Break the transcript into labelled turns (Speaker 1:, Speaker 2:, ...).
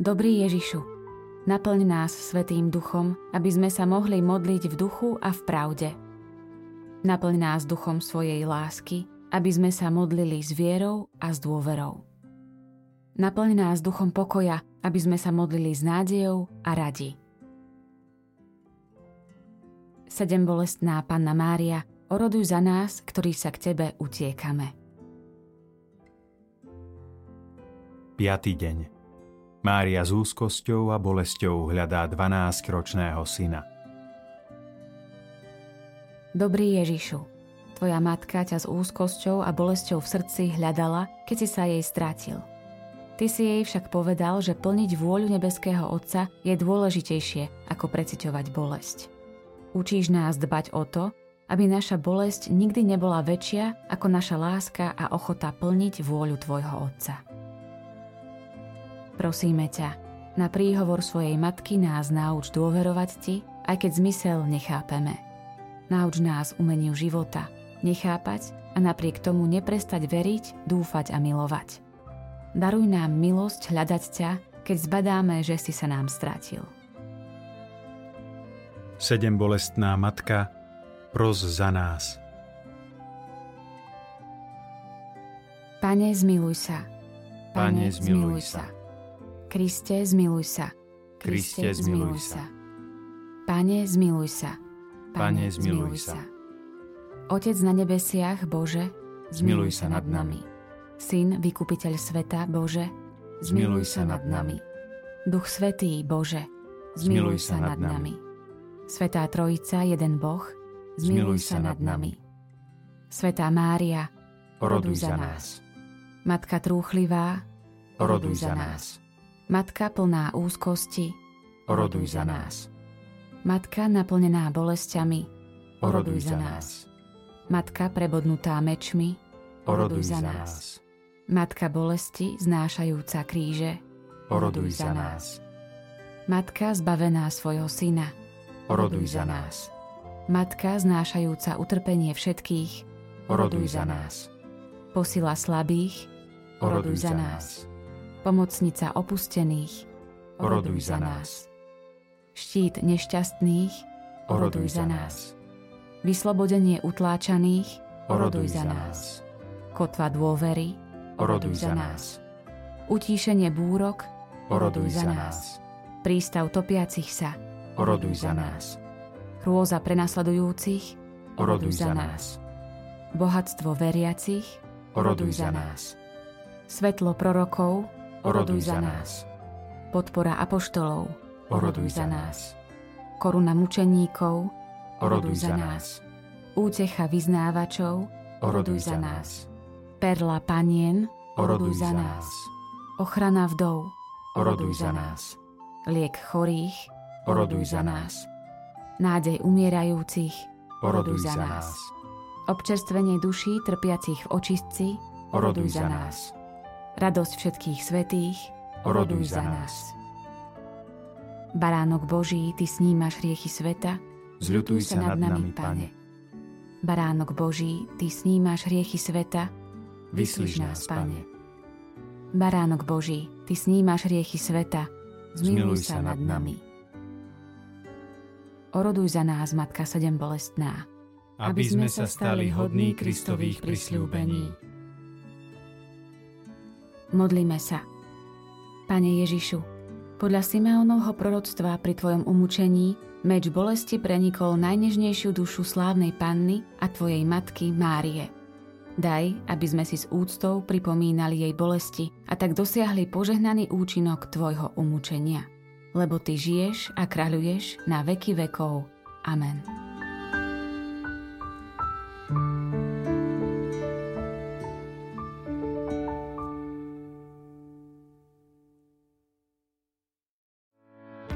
Speaker 1: Dobrý Ježišu, naplň nás Svetým Duchom, aby sme sa mohli modliť v duchu a v pravde. Naplň nás duchom svojej lásky, aby sme sa modlili s vierou a s dôverou. Naplň nás duchom pokoja, aby sme sa modlili s nádejou a radi. Sedem bolestná Panna Mária, oroduj za nás, ktorí sa k Tebe utiekame.
Speaker 2: 5. deň Mária s úzkosťou a bolesťou hľadá 12-ročného syna.
Speaker 1: Dobrý Ježišu, Tvoja matka ťa s úzkosťou a bolesťou v srdci hľadala, keď si sa jej strátil. Ty si jej však povedal, že plniť vôľu nebeského Otca je dôležitejšie, ako preciťovať bolesť. Učíš nás dbať o to, aby naša bolesť nikdy nebola väčšia ako naša láska a ochota plniť vôľu Tvojho Otca. Prosíme ťa, na príhovor svojej matky nás nauč dôverovať Ti, aj keď zmysel nechápeme – Nauč nás umeniu života, nechápať a napriek tomu neprestať veriť, dúfať a milovať. Daruj nám milosť hľadať ťa, keď zbadáme, že si sa nám strátil.
Speaker 2: Sedem bolestná matka, pros za nás.
Speaker 1: Pane, zmiluj sa.
Speaker 2: Pane, zmiluj sa.
Speaker 1: Kriste, zmiluj sa.
Speaker 2: Kriste, zmiluj sa.
Speaker 1: Pane, zmiluj sa.
Speaker 2: Pane, zmiluj sa.
Speaker 1: Otec na nebesiach, Bože,
Speaker 2: Zmiluj sa nad nami.
Speaker 1: Syn, vykupiteľ sveta, Bože,
Speaker 2: Zmiluj sa nad nami.
Speaker 1: Duch Svetý, Bože,
Speaker 2: Zmiluj sa nad nami.
Speaker 1: Svetá Trojica, jeden Boh,
Speaker 2: Zmiluj sa nad nami.
Speaker 1: Svetá Mária,
Speaker 2: Oroduj za nás.
Speaker 1: Matka trúchlivá,
Speaker 2: Oroduj za nás.
Speaker 1: Matka plná úzkosti,
Speaker 2: Oroduj za nás.
Speaker 1: Matka naplnená bolestiami,
Speaker 2: Oroduj za nás.
Speaker 1: Matka prebodnutá mečmi,
Speaker 2: Oroduj za nás.
Speaker 1: Matka bolesti znášajúca kríže,
Speaker 2: Oroduj za nás.
Speaker 1: Matka zbavená svojho syna,
Speaker 2: Oroduj za nás.
Speaker 1: Matka znášajúca utrpenie všetkých,
Speaker 2: Oroduj za nás.
Speaker 1: posila slabých,
Speaker 2: Oroduj za nás.
Speaker 1: pomocnica opustených,
Speaker 2: Oroduj za nás.
Speaker 1: štít nešťastných,
Speaker 2: Oroduj za nás.
Speaker 1: vyslobodenie utláčaných,
Speaker 2: Oroduj za nás.
Speaker 1: kotva dôvery,
Speaker 2: Oroduj za nás.
Speaker 1: utíšenie búrok,
Speaker 2: Oroduj za nás.
Speaker 1: prístav topiacich sa,
Speaker 2: Oroduj za nás.
Speaker 1: hrôza prenasledujúcich,
Speaker 2: Oroduj za nás.
Speaker 1: bohatstvo veriacich,
Speaker 2: Oroduj za nás.
Speaker 1: svetlo prorokov,
Speaker 2: Oroduj za nás.
Speaker 1: podpora apoštolov,
Speaker 2: Oroduj za nás.
Speaker 1: koruna mučeníkov,
Speaker 2: Oroduj za nás.
Speaker 1: útecha vyznávačov,
Speaker 2: Oroduj za nás.
Speaker 1: perla panien,
Speaker 2: Oroduj za nás.
Speaker 1: ochrana vdov,
Speaker 2: Oroduj za nás.
Speaker 1: liek chorých,
Speaker 2: Oroduj za nás.
Speaker 1: nádej umierajúcich,
Speaker 2: Oroduj za nás.
Speaker 1: občerstvenie duší trpiacich v očistci,
Speaker 2: Oroduj za nás.
Speaker 1: radosť všetkých svetých,
Speaker 2: Oroduj za nás.
Speaker 1: Baránok Boží, Ty snímaš riechy sveta,
Speaker 2: Zľutuj sa nad nami, Pane.
Speaker 1: Baránok Boží, Ty snímaš riechy sveta,
Speaker 2: Vyslíš nás, Pane.
Speaker 1: Baránok Boží, Ty snímaš riechy sveta, zmiluj sa nad nami. Oroduj za nás, Matka sedem bolestná.
Speaker 2: Aby sme sa stali hodní Kristových prisľúbení.
Speaker 1: Modlíme sa. Pane Ježišu, podľa Simeonovho proroctva pri Tvojom umúčení meč bolesti prenikol najnežnejšiu dušu slávnej panny a Tvojej matky Márie. Daj, aby sme si s úctou pripomínali jej bolesti a tak dosiahli požehnaný účinok Tvojho umúčenia. Lebo Ty žiješ a kráľuješ na veky vekov. Amen.